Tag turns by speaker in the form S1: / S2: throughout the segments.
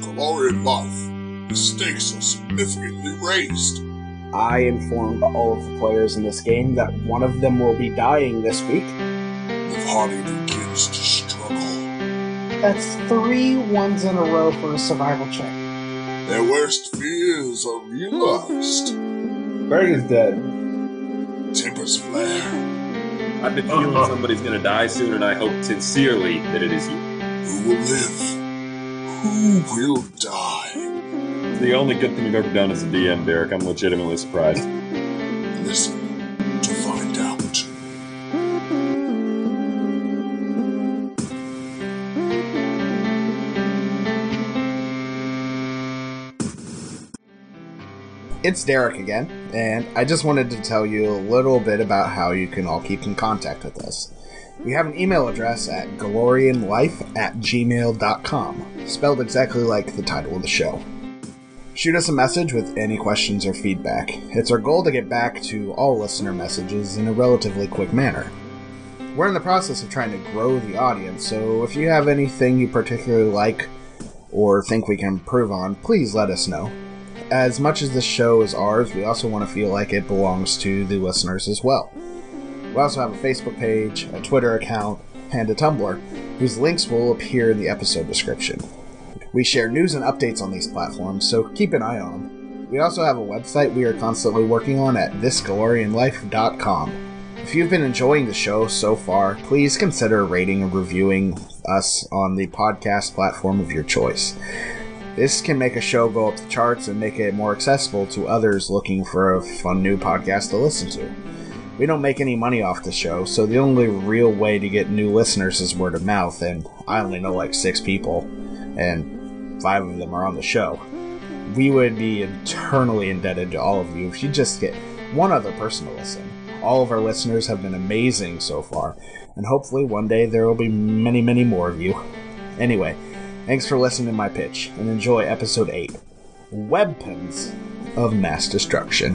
S1: glory of life, the stakes are significantly raised.
S2: I informed all of the players in this game that one of them will be dying this week.
S1: The party begins to struggle.
S3: That's three ones in a row for a survival check.
S1: Their worst fears are realized.
S4: Greg is dead.
S1: Tempers flare.
S5: I've been feeling somebody's gonna die soon, and I hope sincerely that it is you.
S1: Who will live? Who will die?
S5: It's the only good thing I've ever done as a DM, Derek. I'm legitimately surprised.
S1: Listen to find out.
S2: It's Derek again, and I just wanted to tell you a little bit about how you can all keep in contact with us. We have an email address at galorianlife at gmail.com, spelled exactly like the title of the show. Shoot us a message with any questions or feedback. It's our goal to get back to all listener messages in a relatively quick manner. We're in the process of trying to grow the audience, so if you have anything you particularly like or think we can improve on, please let us know as much as this show is ours, we also want to feel like it belongs to the listeners as well. We also have a Facebook page, a Twitter account, and a Tumblr, whose links will appear in the episode description. We share news and updates on these platforms, so keep an eye on them. We also have a website we are constantly working on at thisgalorianlife.com. If you've been enjoying the show so far, please consider rating and reviewing us on the podcast platform of your choice. This can make a show go up the charts and make it more accessible to others looking for a fun new podcast to listen to. We don't make any money off the show, so the only real way to get new listeners is word of mouth, and I only know like six people, and five of them are on the show. We would be eternally indebted to all of you if you just get one other person to listen. All of our listeners have been amazing so far, and hopefully one day there will be many, many more of you. Anyway, Thanks for listening to my pitch and enjoy episode 8 Weapons of Mass Destruction.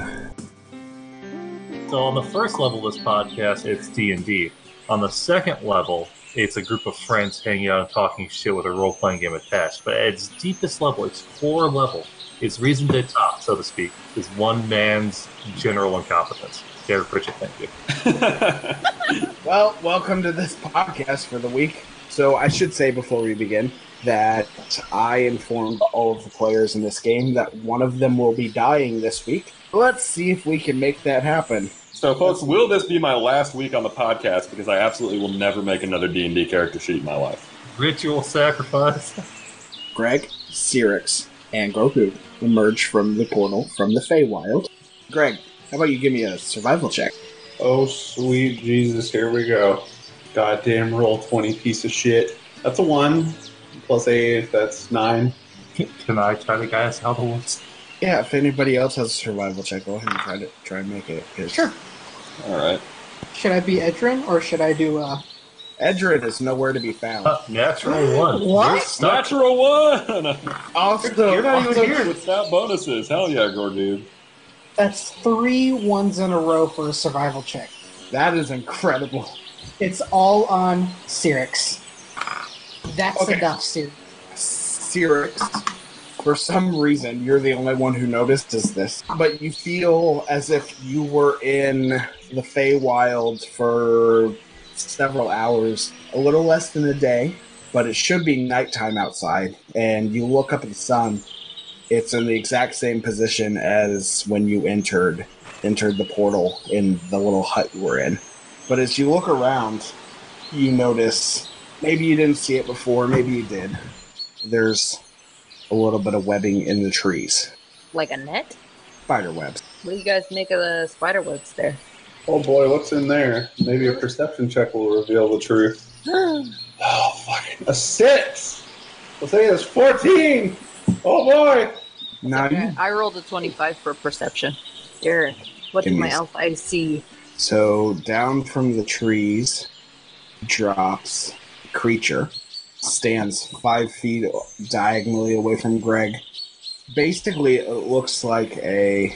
S6: So on the first level of this podcast, it's D and D. On the second level, it's a group of friends hanging out and talking shit with a role playing game attached. But at its deepest level, its core level, its reason to top, so to speak, is one man's general incompetence. Derek Pritchett, thank you.
S2: Well, welcome to this podcast for the week. So, I should say before we begin that I informed all of the players in this game that one of them will be dying this week. Let's see if we can make that happen.
S5: So, folks, will this be my last week on the podcast? Because I absolutely will never make another D and D character sheet in my life.
S6: Ritual sacrifice.
S2: Greg, Cyrix, and Grogu emerge from the portal from the Feywild. Greg, how about you give me a survival check?
S4: Oh, sweet Jesus, here we go. Goddamn roll 20 piece of shit. That's a 1, plus 8, that's 9.
S6: Can I try to guess how the ones?
S2: Yeah, if anybody else has a survival check, go ahead and try to try and make it. 'cause
S3: Sure.
S5: All right.
S3: Should I be Edrin or should I do uh
S2: Edrin is nowhere to be found.
S6: Uh, natural one.
S3: What?
S6: You're stuck.
S5: Natural one.
S2: also,
S5: You're not
S6: also
S5: even here. With stat bonuses. Hell yeah, Gordude.
S3: that's three ones in a row for a survival check.
S2: that is incredible.
S3: It's all on Cyrix. That's
S2: Okay.
S3: enough, Cyrix.
S2: Cyrix, for some reason, you're the only one who notices this, but you feel as if you were in the Feywild for several hours, a little less than a day, but it should be nighttime outside, and you look up at the sun. It's in the exact same position as when you entered entered the portal in the little hut you were in. But as you look around, you notice maybe you didn't see it before, maybe you did there's a little bit of webbing in the trees.
S7: Like a net?
S2: Spider webs.
S7: What do you guys make of the spider webs there?
S4: Oh boy, what's in there? Maybe a perception check will reveal the truth. Oh, fuck. A 6! Let's say it's 14! Oh boy!
S2: Now you-
S7: I rolled a 25 for perception. Derek, what
S2: Give
S7: did
S2: me
S7: my
S2: a-
S7: elf eyes see?
S2: So down from the trees drops a creature, stands five feet diagonally away from Greg. Basically, it looks like a.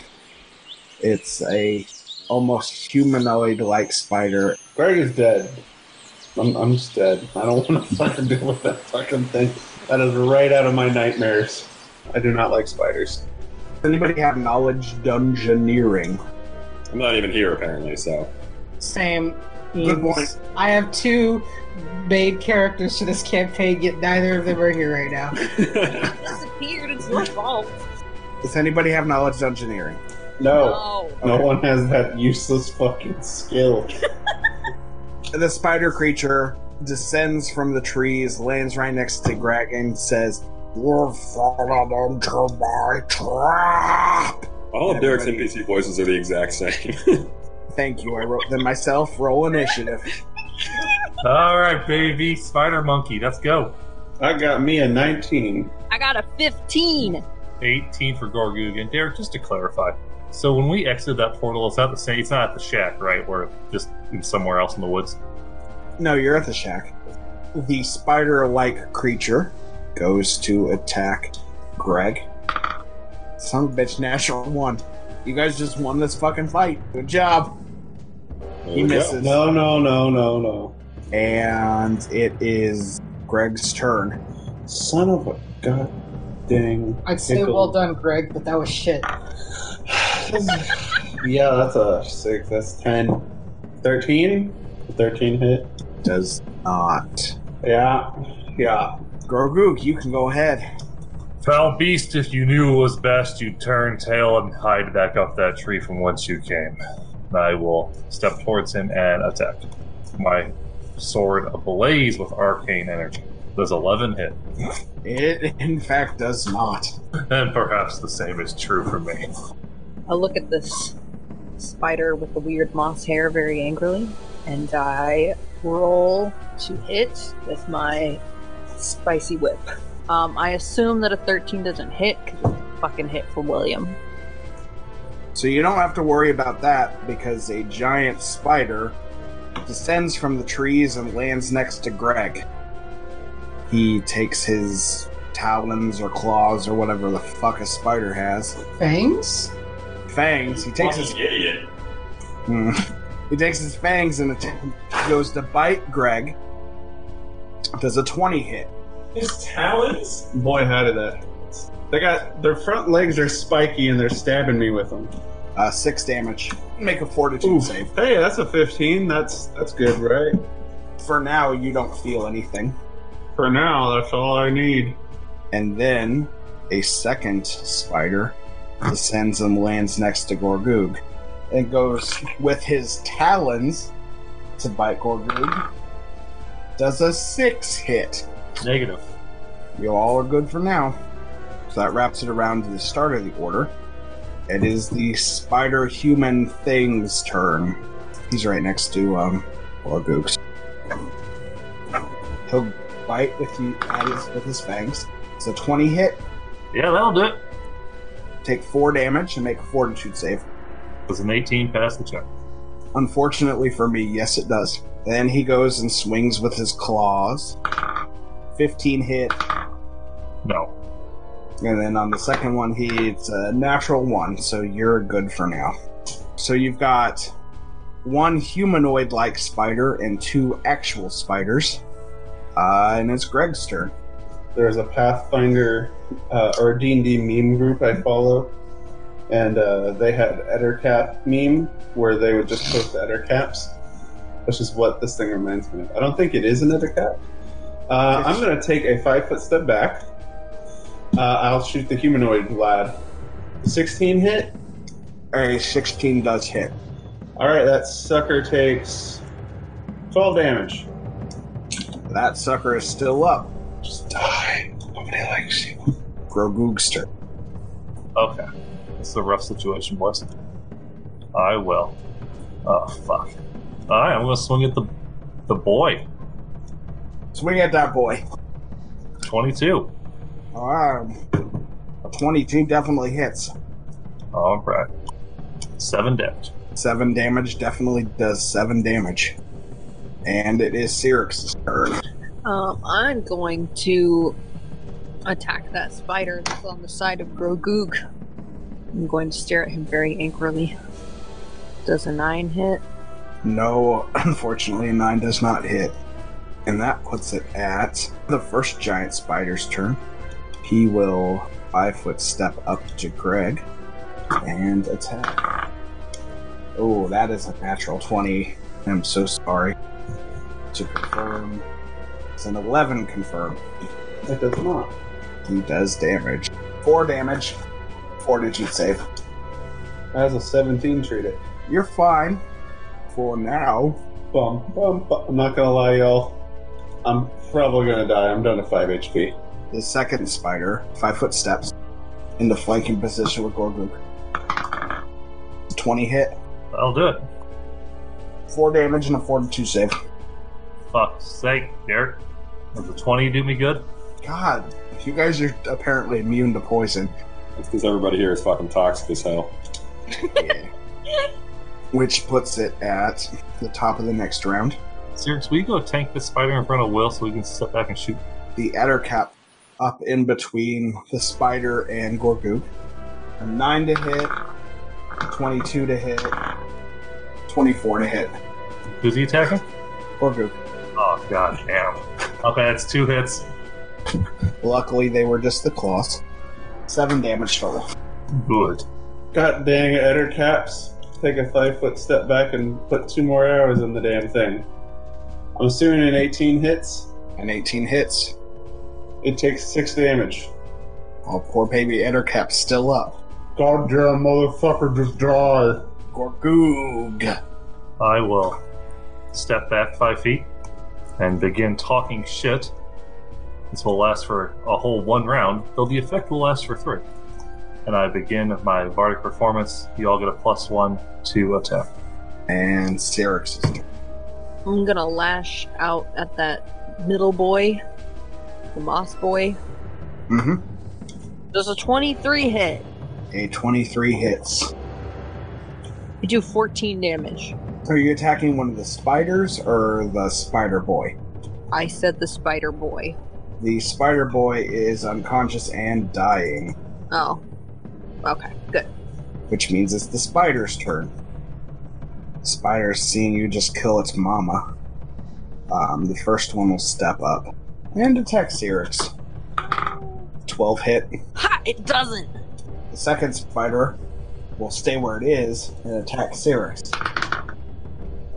S2: It's a almost humanoid-like spider.
S4: Greg is dead. I'm, I'm just dead. I don't want to fucking deal with that fucking thing. That is right out of my nightmares. I do not like spiders.
S2: Does anybody have knowledge dungeoneering?
S5: I'm not even here apparently, so
S3: Same.
S2: Good
S3: means-
S2: point.
S3: I have two main characters to this campaign, yet neither of them are here right now.
S7: disappeared. It's your fault.
S2: Does anybody have knowledge dungeoneering?
S4: No,
S7: No.
S4: no one has that useless fucking skill.
S2: The spider creature descends from the trees, lands right next to Greg, and says, "You've fallen into my trap."
S5: all of Derek's
S2: Everybody-
S5: NPC voices are the exact same.
S2: Thank you. I wrote them myself. Roll initiative.
S6: All right, baby, spider monkey, let's go.
S4: I got me a 19.
S7: I got a 15.
S6: 18 for Gorgug. And Derek, just to clarify, so when we exited that portal, it's not the same. It's not at the shack, right? We're just in somewhere else in the woods.
S2: No, you're at the shack. The spider like creature goes to attack Greg. Some bitch natural one. You guys just won this fucking fight. Good job. He misses.
S4: No, no, no, no, no.
S2: And it is Greg's turn.
S4: Son of a god dang.
S3: I'd say
S4: pickle.
S3: well done, Greg, but that was shit.
S4: yeah, that's a 6. That's 10. 13? 13 hit?
S2: Does not.
S4: Yeah. Yeah.
S2: Grogook, you can go ahead.
S6: Foul beast, if you knew it was best, you'd turn tail and hide back up that tree from whence you came. I will step towards him and attack. My sword ablaze with arcane energy. Does 11 hit?
S2: It, in fact, does not.
S6: And perhaps the same is true for me.
S7: I look at this spider with the weird moss hair very angrily, and I roll to hit with my spicy whip. Um, I assume that a 13 doesn't hit because fucking hit for William.
S2: So you don't have to worry about that because a giant spider descends from the trees and lands next to Greg. He takes his talons or claws or whatever the fuck a spider has,
S3: Fangs?
S2: fangs. He takes his
S5: idiot.
S2: Hmm. he takes his fangs and att- goes to bite Greg. Does a twenty hit?
S5: His talons?
S4: Boy, how did that. They got. Their front legs are spiky and they're stabbing me with them.
S2: Uh, six damage. Make a fortitude
S4: Oof.
S2: save.
S4: Hey, that's a 15. That's that's good, right?
S2: For now, you don't feel anything.
S4: For now, that's all I need.
S2: and then a second spider descends and lands next to Gorgoog and goes with his talons to bite Gorgoog. Does a six hit.
S6: Negative.
S2: You all are good for now. So that wraps it around to the start of the order. It is the spider human thing's turn. He's right next to um Gorgoog's. He'll bite with you at his with his fangs. It's a twenty hit.
S6: Yeah, that'll do it.
S2: take four damage and make a fortitude save.
S6: Does an 18 pass the check?
S2: Unfortunately for me, yes, it does. Then he goes and swings with his claws. 15 hit.
S6: No.
S2: And then on the second one, he it's a natural one, so you're good for now. So you've got one humanoid like spider and two actual spiders. Uh, and it's Greg's turn.
S4: there's a Pathfinder uh, or D&D meme group I follow, and uh, they had Ettercap meme where they would just post Ettercaps, which is what this thing reminds me of. I don't think it is an Ettercap. Uh, I'm going to take a five foot step back. Uh, I'll shoot the humanoid lad. 16 hit.
S2: A 16 does hit.
S4: All right, that sucker takes 12 damage.
S2: That sucker is still up.
S4: Just die. Nobody likes you.
S2: Grogoog's turn.
S6: Okay. This is a rough situation, boys. I will. Oh, fuck. Alright, I'm gonna swing at the the boy.
S2: Swing at that boy.
S6: 22.
S2: Alright. A 22 definitely hits.
S6: Alright. Seven damage.
S2: Seven damage definitely does seven damage. And it is Cyrix's turn.
S7: Um, I'm going to attack that spider that's on the side of Grogoog. I'm going to stare at him very angrily. Does a 9 hit?
S2: No, unfortunately, a nine does not hit. And that puts it at the first giant spider's turn. He will five foot step up to Greg and attack. Oh, that is a natural 20. I'm so sorry. To confirm, it's an 11 confirm.
S4: It does not.
S2: He does damage. Four damage. Fortitude save.
S4: As a 17 treat it.
S2: You're fine for now.
S4: Bum, bum, bum. I'm not gonna lie, y'all. I'm probably gonna die. I'm down to 5 HP.
S2: The second spider, five foot steps, into flanking position with Gorgook. 20 hit,
S6: I'll do it.
S2: four damage, and a 42 save.
S6: Fuck's sake, Derek. Does the 20 do me good?
S2: God, you guys are apparently immune to poison.
S5: It's because everybody here is fucking toxic as hell.
S2: Yeah. Which puts it at the top of the next round.
S6: Serious, will you go tank this spider in front of Will so we can step back and shoot?
S2: The Ettercap up in between the spider and Gorgook. A 9 to hit, 22 to hit, 24 to hit.
S6: Who's he attacking?
S2: Gorgook.
S6: Oh, god damn. Okay, that's two hits.
S2: Luckily, they were just the claws. Seven damage total.
S6: Good.
S4: God dang it, Eder Caps. Take a 5 foot step back and put two more arrows in the damn thing. I'm assuming an 18 hits.
S2: And 18 hits.
S4: It takes 6 damage.
S2: Oh, poor baby Ettercap still up.
S4: Goddamn motherfucker, just die.
S2: Gorgoog.
S6: I will step back five feet and begin talking shit. This will last for a whole one round, though the effect will last for three. And I begin my Bardic performance. You all get a plus one to attack.
S2: And Syrinx is down.
S7: I'm gonna lash out at that middle boy, the moss boy.
S2: Mm-hmm.
S7: Does a 23 hit?
S2: A 23 hits.
S7: You do 14 damage.
S2: Are you attacking one of the spiders or the spider boy?
S7: I said the spider boy.
S2: The spider boy is unconscious and dying,
S7: Oh. Okay, good.
S2: which means it's the spider's turn. Spider seeing you just kill its mama. Um, the first one will step up and attack Syrinx. 12 hit.
S7: Ha! It doesn't!
S2: The second spider will stay where it is and attack Syrinx.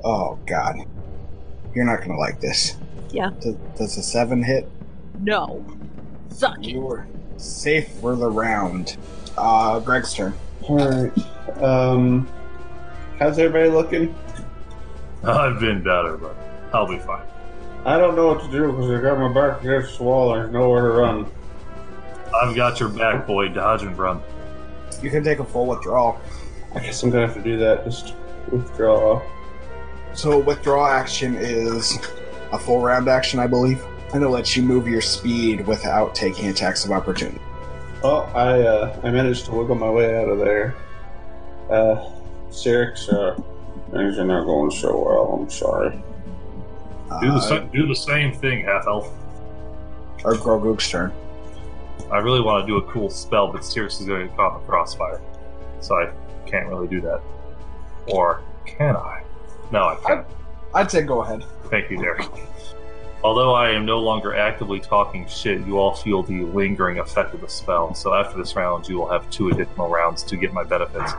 S2: Oh god. You're not gonna like this.
S7: Yeah.
S2: Does, does a 7 hit?
S7: No. Suck it.
S2: You are safe for the round. Uh, Greg's turn.
S4: Alright. Um, how's everybody looking?
S6: I've been better, but I'll be fine.
S4: I don't know what to do because I got my back against the wall. There's nowhere to run.
S6: I've got your back, boy. Dodge and run.
S2: You can take a full withdrawal.
S4: I guess I'm gonna have to do that. Just withdraw.
S2: So withdrawal action is a full round action, I believe, and it lets you move your speed without taking attacks of opportunity.
S4: Oh, I uh, I managed to wiggle my way out of there. Uh, Sirix, uh, things are not going so well. I'm sorry.
S6: Do the,
S2: Uh,
S6: sa- do the same thing, half elf.
S2: or Grogook's turn.
S6: I really want to do a cool spell, but Steerix is going to caught in the crossfire. So I can't really do that. Or can I? No, I can't.
S2: I'd say go ahead.
S6: Thank you, Derek. Although I am no longer actively talking shit, you all feel the lingering effect of the spell. So after this round, you will have two additional rounds to get my benefits.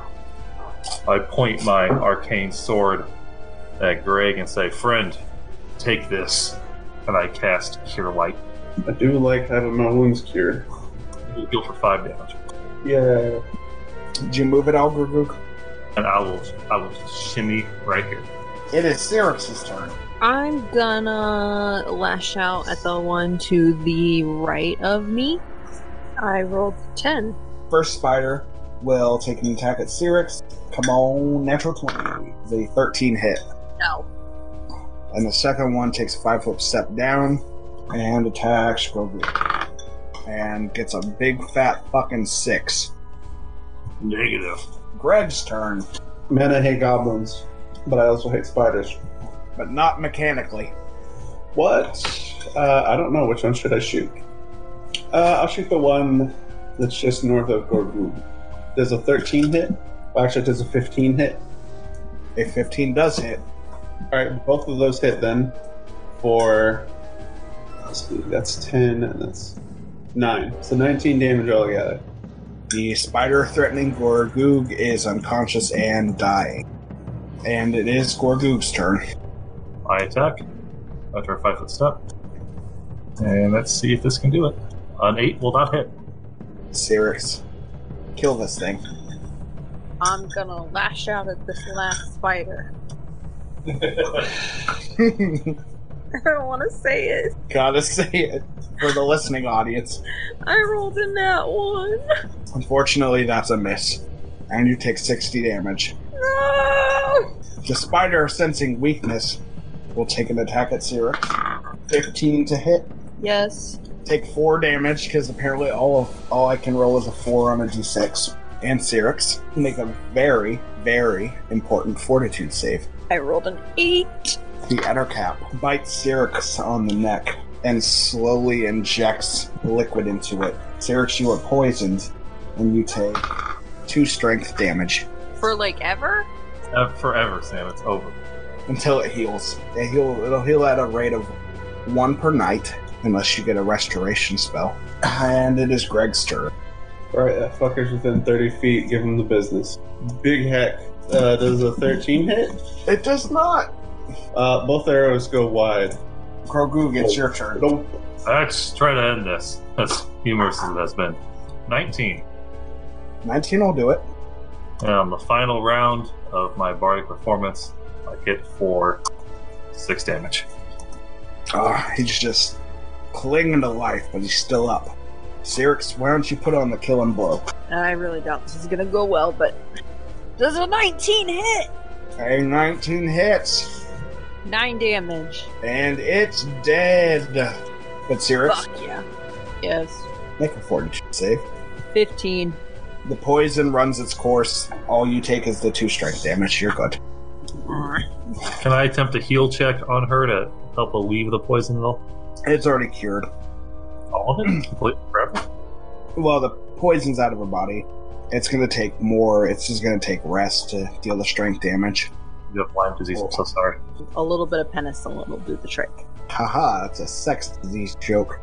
S6: I point my arcane sword at Greg and say, Friend, take this. And I cast Cure Light.
S4: I do like having my wounds cured.
S6: You heal for five damage.
S4: Yeah.
S2: Did you move it all, Grogook?
S6: and I will I will shimmy right here.
S2: It is Syrinx's turn.
S7: I'm gonna lash out at the one to the right of me. I rolled 10.
S2: First spider will take an attack at Syrinx. Come on, natural 20. The 13 hit.
S7: No.
S2: And the second one takes a five foot step down and attacks Grogu. And gets a big fat fucking six.
S6: Negative.
S2: Greg's turn,
S4: Man, I hate goblins, but I also hate spiders.
S2: but not mechanically.
S4: What? Uh, I don't know. Which one should I shoot? Uh, I'll shoot the one that's just north of Gorgu. There's a 13 hit. Well, actually, there's a 15 hit.
S2: A 15 does hit.
S4: All right, both of uh, those hit then. For let's see, that's ten, and that's Nine. So 19 damage altogether.
S2: The spider threatening Gorgoog is unconscious and dying. And it is Gorgoog's turn.
S6: I attack after a five foot step. And let's see if this can do it. An eight will not hit.
S2: Cyrix, kill this thing.
S7: I'm gonna lash out at this last spider. I don't want to say it.
S2: Gotta say it for the listening audience.
S7: I rolled in that one.
S2: Unfortunately, that's a miss. And you take 60 damage.
S7: No!
S2: The spider, sensing weakness, will take an attack at Cyrix. 15 to hit.
S7: Yes.
S2: Take 4 damage, because apparently all of all I can roll is a 4 on a d6. And Cyrix, make a very, very important fortitude save.
S7: I rolled an eight.
S2: The Ettercap bites Cyrix on the neck and slowly injects liquid into it. Cyrix, you are poisoned, and you take two strength damage
S7: For like ever?
S6: Uh, forever, Sam. It's over.
S2: until it heals. It heal, it'll heal at a rate of one per night, unless you get a restoration spell. And it is Greg's turn.
S4: Alright, that fucker's within 30 feet. Give him the business. Big heck. Uh, does a 13 hit?
S2: It does not.
S4: Uh, both arrows go wide.
S2: Grogu gets your turn.
S4: Nope.
S6: Let's try to end this. As humorous as it has been. 19.
S2: 19 will do it.
S6: And on the final round of my bardic performance, I hit for six damage.
S2: Ah, he's just clinging to life, but he's still up. Cyrix, why don't you put on the killing blow?
S7: I really doubt this is gonna go well, but does a 19 hit?
S2: A 19 hits,
S7: Nine damage.
S2: and it's dead. But Cyrix,
S7: Fuck yeah. Yes.
S2: make a fortitude save.
S7: 15.
S2: The poison runs its course. All you take is the two strength damage. You're good.
S6: Can I attempt a heal check on her to help alleviate the poison at all?
S2: It's already cured.
S6: All of it? Completely forever?
S2: Well, the poison's out of her body. It's going to take more. It's just going to take rest to deal the strength damage.
S6: You have Lyme disease, I'm so sorry.
S7: A little bit of penicillin will do the trick.
S2: Haha, it's a sex disease joke.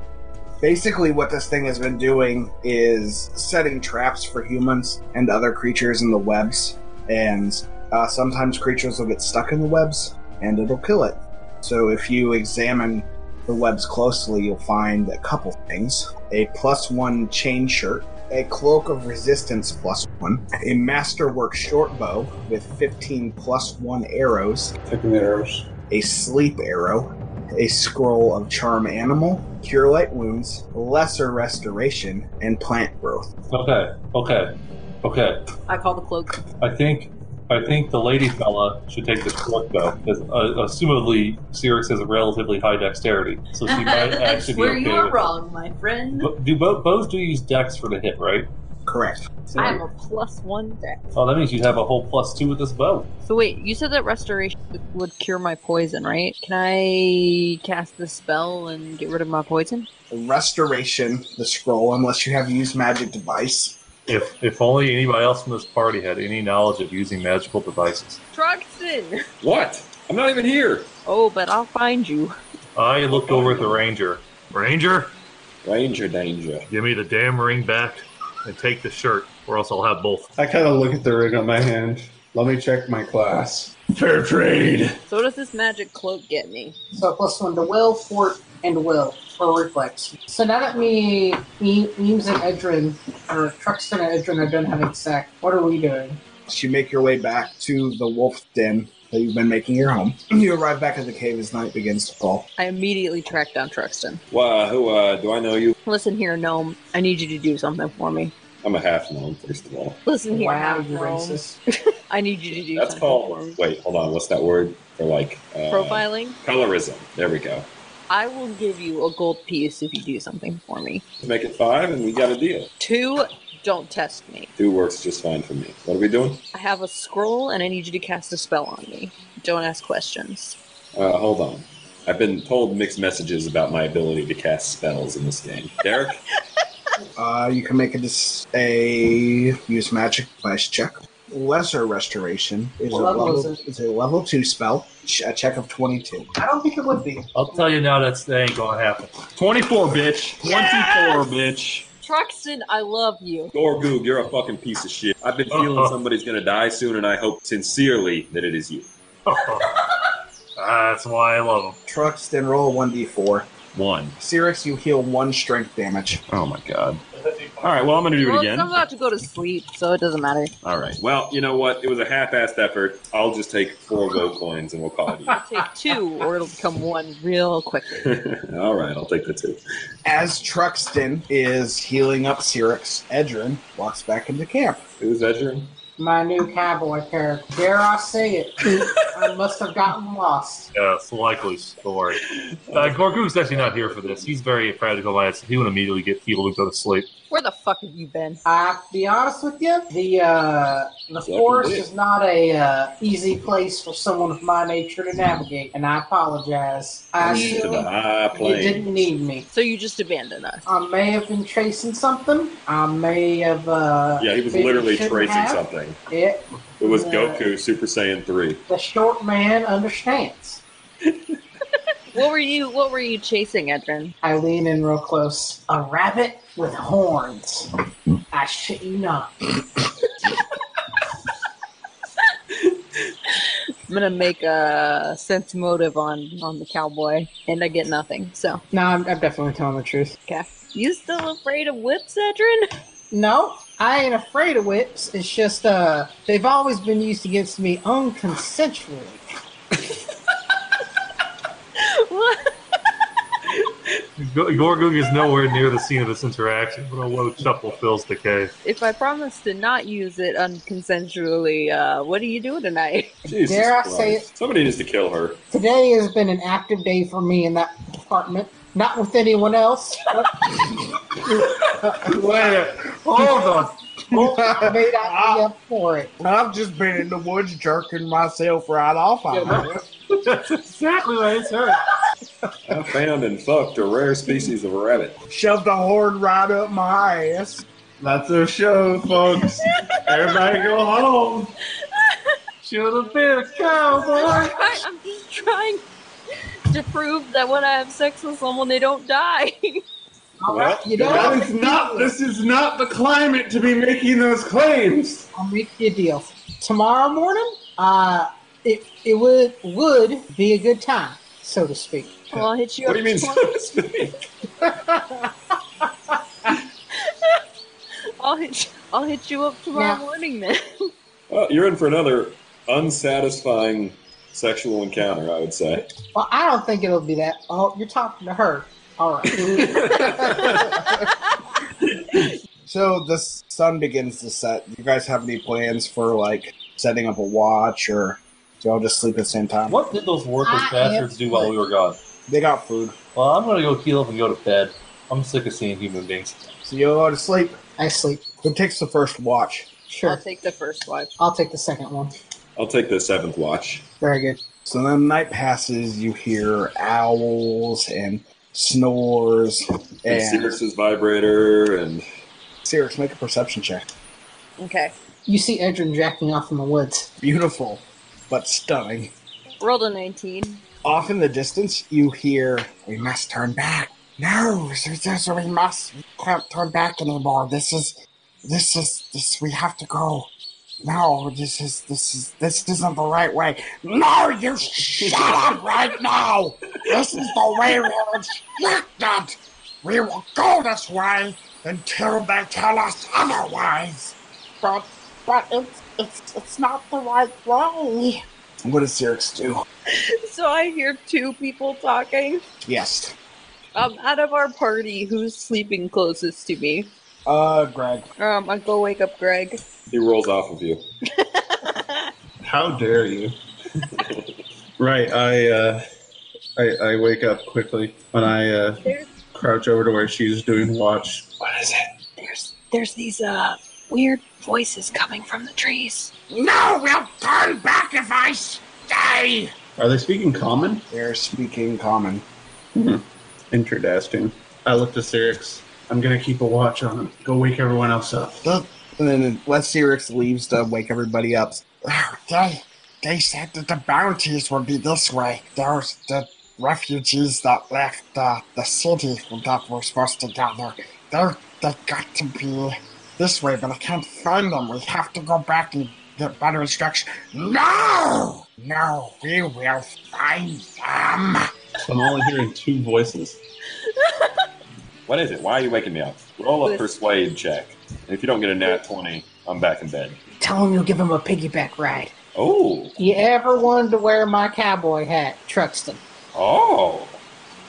S2: Basically, what this thing has been doing is setting traps for humans and other creatures in the webs, and uh, sometimes creatures will get stuck in the webs and it'll kill it. So, if you examine the webs closely, you'll find a couple things a plus one chain shirt, a cloak of resistance plus one, a masterwork short bow with 15 plus one arrows,
S4: Taking the arrows.
S2: a sleep arrow, a scroll of charm animal, cure light wounds, lesser restoration, and plant growth.
S6: Okay, okay, okay.
S7: I call the cloak.
S6: I think I think the lady fella should take this cloak though, because uh, assumedly Cyrix has a relatively high dexterity, so she might
S7: I
S6: actually be
S7: swear
S6: okay
S7: you are
S6: with
S7: wrong, my friend.
S6: It. Bo- Do both both do use dex for the hit, right?
S2: Correct.
S7: I have a plus one dex.
S6: Oh, that means you'd have a whole plus two with this bow.
S7: So wait, you said that restoration would cure my poison, right? Can I cast this spell and get rid of my poison?
S2: Restoration, the scroll, unless you have used magic device.
S6: If if only anybody else from this party had any knowledge of using magical devices.
S7: Truxton!
S5: What? I'm not even here.
S7: Oh, but I'll find you.
S6: I looked over at the ranger. Ranger,
S5: Ranger danger.
S6: give me the damn ring back and take the shirt, or else I'll have both.
S4: I kind of look at the ring on my hand. Let me check my class. Fair trade.
S7: So does this magic cloak get me?
S3: So plus one to will, fort, and will for reflex. So now that me, me Eames and Edrin, or Truxton and Edrin are done having sack, what are we doing?
S2: So you make your way back to the wolf den that you've been making your home. You arrive back at the cave as night begins to fall.
S7: I immediately track down Truxton.
S5: Wow, who, uh, do I know you?
S7: Listen here, gnome. I need you to do something for me.
S5: I'm a half gnome, first of all.
S7: Listen here,
S3: wow,
S7: half
S3: you
S7: gnome.
S3: racist.
S7: I need you to do
S5: That's
S7: something for me.
S5: called. Wait, hold on. What's that word for like uh,
S7: Profiling.
S5: Colorism. There we go.
S7: I will give you a gold piece if you do something for me.
S5: Make it five, and we got a deal.
S7: Two, don't test me.
S5: Two works just fine for me. What are we doing?
S7: I have a scroll and I need you to cast a spell on me. Don't ask questions.
S5: Uh, hold on. I've been told mixed messages about my ability to cast spells in this game. Derek,
S2: Uh, you can make a, dis- a use magic device check. Lesser Restoration is a
S3: What level
S2: level,
S3: is it?
S2: it's a level two spell, ch- a check of twenty two.
S3: I don't think it would be.
S6: I'll tell you now, that's that ain't gonna happen.
S5: 24, bitch. 24,
S7: Yes!
S5: bitch.
S7: Truxton, I love you.
S5: Gorgoog, you're a fucking piece of shit. I've been feeling somebody's gonna die soon, and I hope sincerely that it is you.
S6: that's why I love him.
S2: Trucks then roll one d four.
S5: One.
S2: Cyrix, you heal one strength damage.
S5: Oh my god. All right, well, I'm gonna do it
S7: Well,
S5: again.
S7: I'm about to go to sleep, so it doesn't matter.
S5: All right. Well, you know what? It was a half-assed effort. I'll just take four gold coins, and we'll call it even.
S7: Take two, or it'll become one real quick.
S5: All right, I'll take the two.
S2: As Truxton is healing up Cyrix, Edrin walks back into camp.
S5: Who's Edger?
S3: My new cowboy character. Dare I say it? I must have gotten lost.
S6: Yeah, it's a likely story. Uh, Gorgoog's actually not here for this. He's very practical. man. He would immediately get healed and go to sleep.
S7: Where the fuck have you been?
S3: I have to be honest with you, the uh, the
S5: Fucking
S3: forest
S5: big.
S3: is not a uh, easy place for someone of my nature to navigate, and I apologize. I
S5: To the
S3: assume
S5: high
S3: you
S5: plane.
S3: didn't need me.
S7: So you just abandoned us.
S3: I may have been chasing something. I may have. Uh,
S5: Yeah, he was
S3: maybe
S5: literally
S3: shouldn't
S5: tracing
S3: have.
S5: something.
S3: It,
S5: It was
S3: Yeah.
S5: Goku Super Saiyan 3.
S3: the short man understands.
S7: What were you? What were you chasing, Edrin?
S3: I lean in real close. A rabbit with horns. I shit you not.
S7: I'm gonna make a sense motive on on the cowboy, and I get nothing. So
S3: No, I'm, I'm definitely telling the truth.
S7: okay, you still afraid of whips, Edrin?
S3: No, I ain't afraid of whips. It's just uh, they've always been used against me unconsensually.
S7: What?
S6: Go- Gorgoog is nowhere near the scene of this interaction, but a low chuckle fills the cave.
S7: if I promise to not use it unconsensually, uh, what are you doing tonight?
S5: Jesus
S3: Dare I say
S5: Christ. Somebody needs to kill her.
S3: Today has been an active day for me in that department. Not with anyone else.
S6: Wait, hold on.
S3: I may
S4: Ah.
S3: not be up for it.
S2: I've just been in the woods jerking myself right off. I know.
S6: That's exactly what it's heard.
S5: I found and fucked a rare species of rabbit.
S2: Shoved the horn right up my ass.
S4: That's our show, folks. Everybody go home.
S6: Should have been a
S3: Oh
S6: cowboy.
S7: I, I'm just trying to prove that when I have sex with someone, they don't die.
S3: All right, you know
S4: That
S3: what?
S4: is not. This is not the climate to be making those claims.
S3: I'll make you a deal. Tomorrow morning, uh, it it would would be a good time, so to speak.
S7: well, I'll hit you
S5: What
S7: up.
S5: do you mean, so
S7: 20
S5: to speak?
S7: I'll hit. You, I'll hit you up tomorrow
S3: Yeah.
S7: morning then.
S5: Well, you're in for another unsatisfying sexual encounter, I would say.
S3: Well, I don't think it'll be that. Oh, you're talking to her. All right.
S2: So the s- sun begins to set. You guys have any plans for like setting up a watch or do y'all just sleep at the same time?
S6: What did those worthless
S3: I
S6: bastards
S3: am
S6: do while we were gone?
S2: They got food,
S6: Well, I'm gonna go heal up and go to bed. I'm sick of seeing human beings.
S2: so you'll go to sleep.
S3: I sleep.
S2: Who takes the first watch?
S7: I'll
S3: Sure.
S7: take the first wife.
S3: I'll take the second one.
S5: I'll take the seventh watch.
S3: Very good.
S2: So then the night passes. You hear owls and snores.
S5: And
S2: And
S5: Sirius's vibrator, and
S2: Sirius, make a perception check.
S7: Okay,
S3: You see Edrin jacking off in the woods.
S2: Beautiful, but stunning.
S7: rolled a 19.
S2: Off in the distance, you hear, "We must turn back." No, sisters, we must. We can't turn back anymore. This is, this is, this. We have to go. No, this is, this is, this isn't the right way. No, you shut up right now. This is the way we are instructed. We will go this way until they tell us otherwise.
S8: but but it's it's it's not the right way.
S2: What does Sirix do?
S7: So I hear two people talking.
S2: Yes.
S7: Um, out of our party, who's sleeping closest to me?
S2: Uh, Greg.
S7: Um, I go wake up Greg.
S5: he rolls off of you.
S4: How dare you? right. I, uh, I I wake up quickly and I uh,
S7: There's
S4: crouch over to where she's doing watch. What is it?
S7: there's there's these uh weird voices coming from the trees.
S2: No, we'll turn back if I stay.
S4: Are they speaking common?
S2: They're speaking common.
S4: Interdasting. I look to Cyrix. I'm gonna keep a watch on him. Go wake everyone else up.
S2: The And then Les Sirix leaves to wake everybody up.
S9: Oh, they, they said that the bounties would be this way. Those the refugees that left uh, the city that we're supposed to gather. They're, they got to be this way, but I can't find them. We have to go back and get better instruction. No! No, we will find them.
S4: I'm only hearing two voices.
S5: What is it? Why are you waking me up? Roll a
S7: Listen.
S5: persuade check. And if you don't get a nat 20, I'm back in bed.
S3: Tell him you'll give him a piggyback ride.
S5: Oh,
S3: You ever wanted to wear my cowboy hat, Truxton?
S5: oh.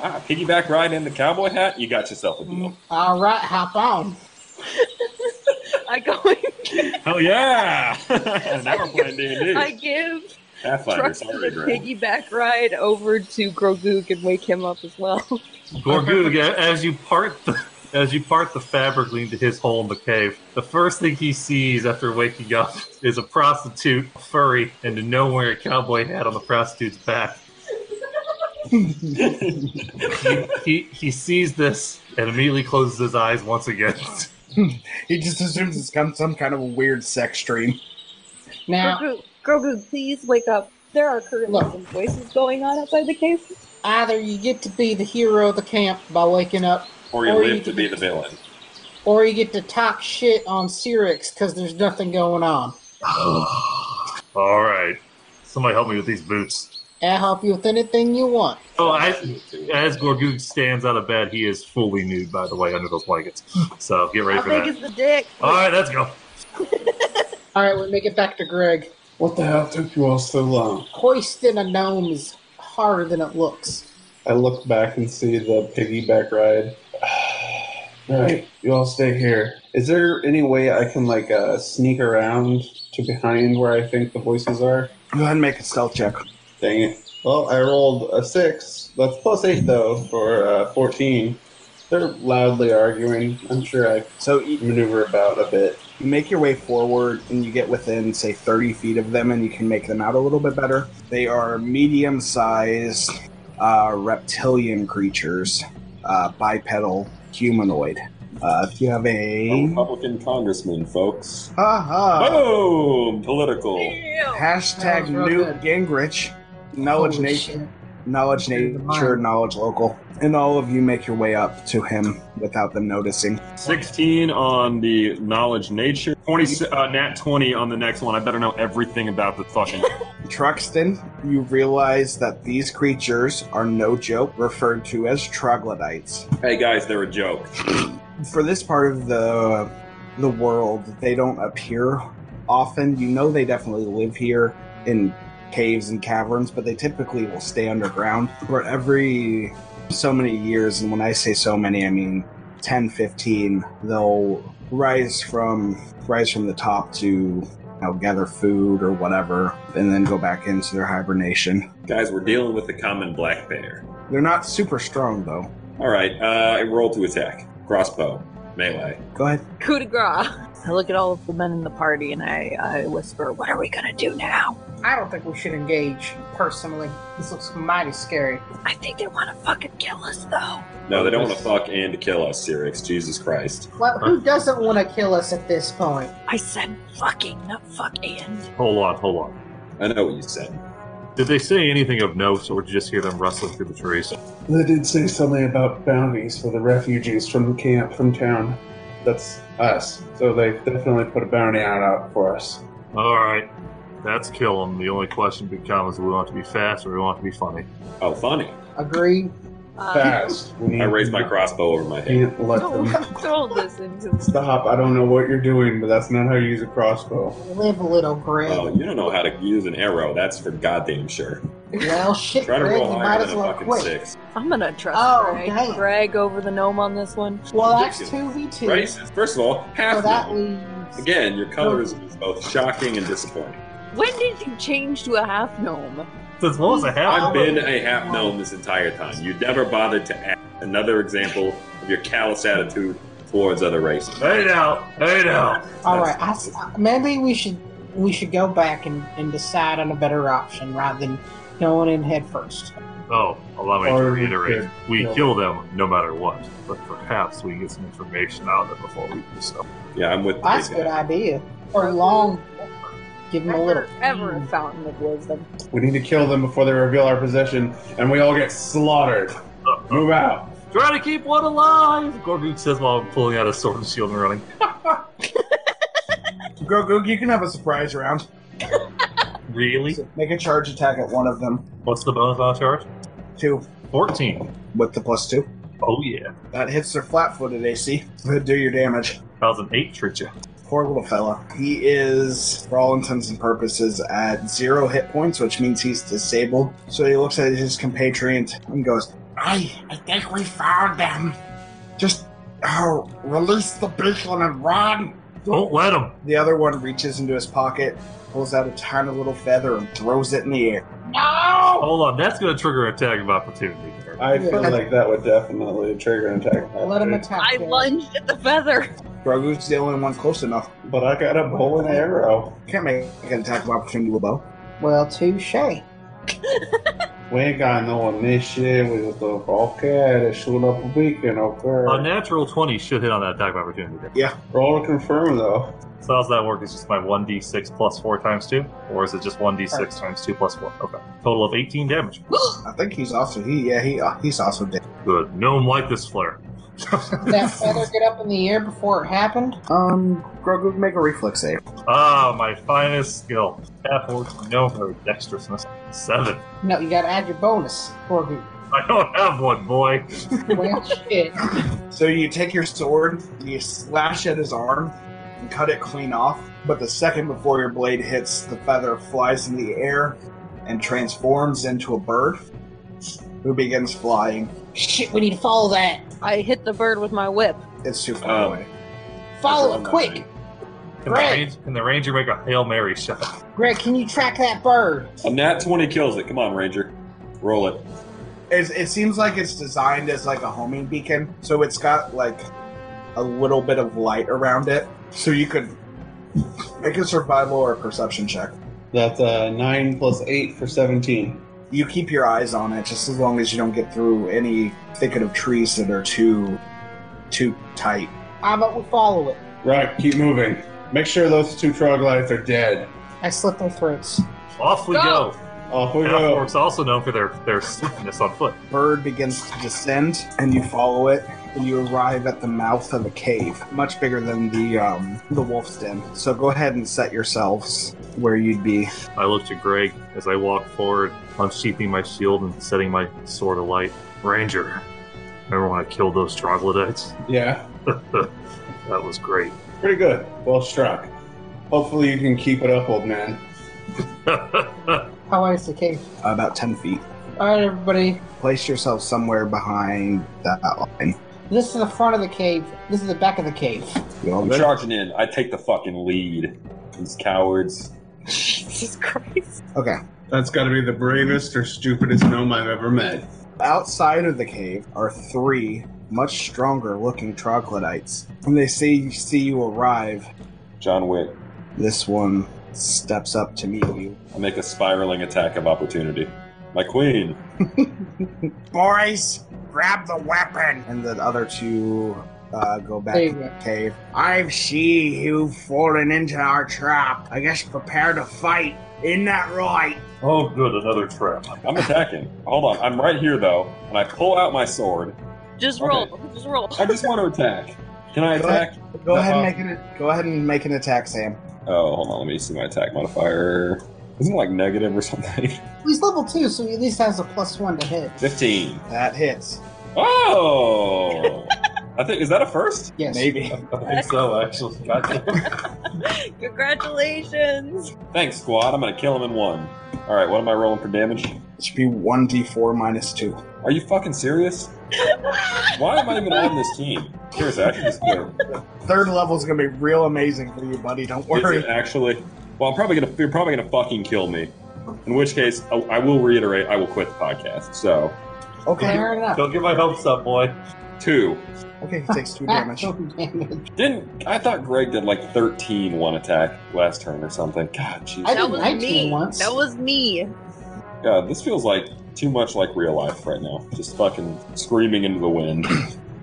S5: Ah, piggyback ride in the cowboy hat? You got yourself a deal.
S3: All right, hop on.
S7: I go. in-
S5: Hell yeah! now we're playing D&D.
S7: I give
S5: Pathfinder,
S7: Truxton
S5: sorry,
S7: a
S5: Greg.
S7: piggyback ride over to Grogu and wake him up as well.
S6: Gorgoog, a- as you part the as you part the fabric leading to his hole in the cave, the first thing he sees after waking up is a prostitute, a furry, and a nowhere cowboy hat on the prostitute's back. he, he he sees this and immediately closes his eyes once again.
S2: He just assumes it's come some kind of a weird sex dream.
S3: Now,
S7: Grogu, Grogu, please wake up. There are currently
S3: Look.
S7: some voices going on outside the cave.
S3: either you get to be the hero of the camp by waking up,
S5: Or you
S3: Or
S5: live
S3: you
S5: to
S3: can-
S5: be the villain.
S3: or you get to talk shit on Cyrix because there's nothing going on.
S6: All right, somebody help me with these boots.
S3: I'll help you with anything you want.
S6: Oh, I, as Gorgoog stands out of bed, he is fully nude, by the way, under those blankets. So get ready
S7: How
S6: for
S7: big
S6: that.
S7: is the dick?
S6: All right, let's go.
S3: All right, we make it back to Greg.
S4: What the hell took you all so long?
S3: Hoisting a gnome is harder than it looks.
S4: I look back and see the piggyback ride. all right, you all stay here. Is there any way I can like uh, sneak around to behind where I think the voices are?
S2: Go ahead and make a stealth check.
S4: Dang it! Well, I rolled a six. That's plus eight though for uh, fourteen. They're loudly arguing. I'm sure I
S2: So you
S4: maneuver about a bit.
S2: you make your way forward and you get within, say, 30 feet of them and you can make them out a little bit better. They are medium sized uh, reptilian creatures, uh, bipedal, humanoid. Uh, if you have
S5: A
S3: Oh,
S2: a.
S5: Republican congressman, folks.
S3: Ah.
S2: Haha!
S5: Boom! Political.
S2: Hashtag
S3: That was real
S2: Newt Gingrich. Knowledge
S3: Holy
S2: Nation.
S3: shit.
S2: Knowledge
S3: Keep in
S2: nature,
S3: mind.
S2: knowledge local. And all of you make your way up to him without them noticing.
S5: 16 on the knowledge nature. 20, uh, nat 20 on the next one. I better know everything about the fucking.
S2: Truxton, you realize that these creatures are no joke, referred to as troglodytes.
S5: hey guys, they're a joke.
S2: For this part of the the world, they don't appear often. You know they definitely live here in caves and caverns, but they typically will stay underground for every so many years, and when I say so many, I mean 10, 15, they'll rise from rise from the top to you know, gather food or whatever, and then go back into their hibernation.
S5: Guys, we're dealing with the common black bear.
S2: They're not super strong though.
S5: All right, uh, I roll to attack. Crossbow. Melee.
S2: Go ahead.
S7: Coup de grace. I look at all of the men in the party and I, I whisper, What are we gonna do now?
S3: I don't think we should engage, personally. This looks mighty scary.
S7: I think they wanna fucking kill us though.
S5: No, they don't want to fuck and kill us, Cyrix. Jesus Christ.
S3: Well, who doesn't want to kill us at this point?
S7: I said fucking, not fuck and.
S6: Hold on, hold on.
S5: I know what you said.
S6: Did they say anything of note, or did you just hear them rustling through the trees?
S4: They did say something about bounties for the refugees from the camp, from town. That's us. So they definitely put a bounty out, out for us.
S6: All right, that's kill them. The only question becomes: Do we want to be fast, or do we want to be funny?
S5: Oh, funny.
S3: Agree?
S7: Uh,
S4: Fast. We need-
S5: I raised
S3: Mm-hmm.
S5: my crossbow over my head.
S4: Can't let them
S7: don't, don't listen to this.
S4: stop. I don't know what you're doing, but that's not how you use a crossbow.
S3: Live a little, Greg.
S5: Oh, you don't know how to use an arrow. That's for goddamn sure.
S3: Well, shit,
S5: Try to
S3: Greg,
S5: roll
S3: you might
S5: higher
S3: as
S5: than a
S3: well
S5: fucking
S3: quit.
S5: six.
S7: I'm gonna trust
S3: Oh,
S7: Greg.
S3: damn.
S7: Greg over the gnome on this one.
S3: Well, that's
S5: Ridiculous.
S3: 2v2.
S5: Racist. First of all, half
S3: So that
S5: noble.
S3: leaves.
S5: Again, your colorism is both shocking and disappointing.
S7: When did you change to a half gnome?
S6: Since what was a half?
S5: I've been a half gnome this entire time. You never bothered to ask. Another example of your callous attitude towards other races.
S6: Hey now, hey now.
S3: All right, I s maybe we should we should go back and, and decide on a better option rather than going in head first.
S6: Oh, allow me to
S4: Or we
S6: reiterate.
S4: could
S6: We
S4: kill
S6: kill them no matter what, but perhaps we get some information out of it before we do so.
S5: Yeah, I'm with
S3: That's a
S5: the
S3: good
S5: big guy.
S3: idea. Or long. Give him a little.
S7: Ever, ever a fountain of wisdom.
S4: We need to kill them before they reveal our position, and we all get slaughtered. Move out.
S6: Try to keep one alive! Gorgook says while I'm pulling out a sword and shield and running.
S2: Grogu, you can have a surprise round.
S6: Really?
S2: Make a charge attack at one of them.
S6: What's the bonus on charge?
S2: Two.
S6: 14.
S2: With the plus two.
S6: Oh yeah.
S2: That hits their flat footed AC. Do your damage.
S6: How's an 8 treat ya?
S2: Poor little fella. He is, for all intents and purposes, at zero hit points, which means he's disabled. So he looks at his compatriot and goes,
S9: I, I think we found them. Just oh, release the beacon and run.
S6: Don't let him!
S2: The other one reaches into his pocket, pulls out a tiny little feather, and throws it in the air.
S9: No.
S6: Hold on, that's gonna trigger an attack of opportunity.
S4: I feel like that would definitely trigger an attack.
S3: Let him attack.
S7: I
S3: Dan.
S7: lunged at the feather.
S2: Grogu's the only one close enough.
S4: But I got a bow and arrow.
S2: Can't make an attack of opportunity with a bow.
S3: Well, touche.
S4: We ain't got no initiative. We just look okay to shoot up a beacon,
S6: A
S4: okay?
S6: natural 20 should hit on that attack of opportunity.
S4: Roll to confirm, though.
S6: So how's that work? It's just my 1d6 plus 4 times 2? Or is it just 1d6 times 2 plus 4? Okay. Total of 18 damage.
S2: I think he's also he yeah he uh, he's also dead.
S6: Good. Gnome like this flare.
S3: Did that feather get up in the air before it happened?
S2: Um, Grogu, make a reflex save.
S6: Ah, my finest skill. Half orc gnome her dexterousness. 7.
S3: No, you gotta add your bonus. Gorgu.
S6: I don't have one, boy.
S3: Well, shit.
S2: So you take your sword, you slash at his arm, and cut it clean off. But the second before your blade hits, the feather flies in the air and transforms into a bird, who begins flying.
S3: Shit, we need to follow that.
S7: I hit the bird with my whip.
S2: It's too far
S5: Um,
S2: away.
S3: Follow it
S5: That's
S3: quick.
S6: Can the,
S3: Great.
S6: range, can the ranger make a Hail Mary shot?
S3: Greg, can you track that bird?
S5: A nat 20 kills it. Come on, Ranger. Roll it.
S2: It, it seems like it's designed as like a homing beacon, so it's got like a little bit of light around it, so you could make a survival or a perception check.
S4: That's uh, 9 plus 8 for 17.
S2: you keep your eyes on it just as long as you don't get through any thicket of trees that are too too tight.
S3: How about we follow it?
S4: Right, keep moving. Make sure those two troglodytes are dead.
S3: I slit their throats.
S6: Off we
S7: Go!
S6: go.
S4: Off we
S6: Half
S4: go.
S6: orcs also known for their, their swiftness on foot.
S2: Bird begins to descend, and you follow it, and you arrive at the mouth of a cave, much bigger than the um, the wolf's den. So go ahead and set yourselves where you'd be.
S6: I look to Greg as I walk forward, unsheathing my shield and setting my sword alight. Ranger, remember when I killed those troglodytes?
S4: Yeah,
S6: That was great.
S4: pretty good. Well struck. Hopefully you can keep it up, old man.
S6: Oh,
S3: How wide is the cave?
S2: About ten feet.
S3: All right, everybody.
S2: Place yourself somewhere behind that line.
S3: This is the front of the cave. This is the back of the cave.
S2: You all
S5: I'm
S2: good?
S5: charging in. I take the fucking lead. These cowards.
S7: Jesus Christ.
S2: Okay.
S4: That's got to be the bravest or stupidest gnome I've ever met.
S2: Outside of the cave are three much stronger looking troglodytes, and they see see you arrive
S5: John Wick.
S2: This one steps up to meet you.
S5: I make a spiraling attack of opportunity. My queen.
S9: Boys, grab the weapon.
S2: And the other two uh, go back
S3: There you
S2: to
S3: go.
S2: the cave.
S9: I see you've fallen into our trap. I guess prepare to fight. Isn't that right?
S6: oh, good, another trap.
S5: I'm attacking. Hold on. I'm right here, though, and I pull out my sword.
S7: Just
S5: Okay.
S7: roll. Just roll.
S5: I just want to attack. Can I
S2: Go
S5: attack?
S2: Go
S4: Uh-huh.
S2: ahead and make an go ahead and make an attack, Sam.
S5: Oh, hold on. Let me see my attack modifier. Isn't it like negative or something?
S3: He's level two, so he at least has a plus one to hit.
S5: 15.
S2: That hits.
S5: Oh! I think, is that a first?
S3: Yes.
S2: Maybe.
S6: I think so, actually. Goddamn.
S7: Congratulations.
S5: Thanks, squad. I'm going to kill him in one. All right, what am I rolling for damage?
S2: It should be one D four minus two.
S5: Are you fucking serious? Why am I even on this team? Seriously, I should just quit.
S2: Third level is gonna be real amazing for you, buddy. Don't
S5: Is
S2: worry.
S5: it actually? Well, I'm probably gonna. You're probably gonna fucking kill me. In which case, I, I will reiterate. I will quit the podcast. So
S2: Okay.
S3: Fair enough.
S6: Don't get my hopes up, boy.
S5: two
S2: Okay. He takes two
S3: Ah,
S2: damage.
S3: no damage.
S5: didn't. I thought Greg did like 13 one attack last turn or something. God, jeez.
S3: I
S7: that
S3: did
S7: was
S3: 19
S7: me.
S3: once.
S7: That was me.
S5: God, this feels like too much like real life right now. Just fucking screaming into the wind.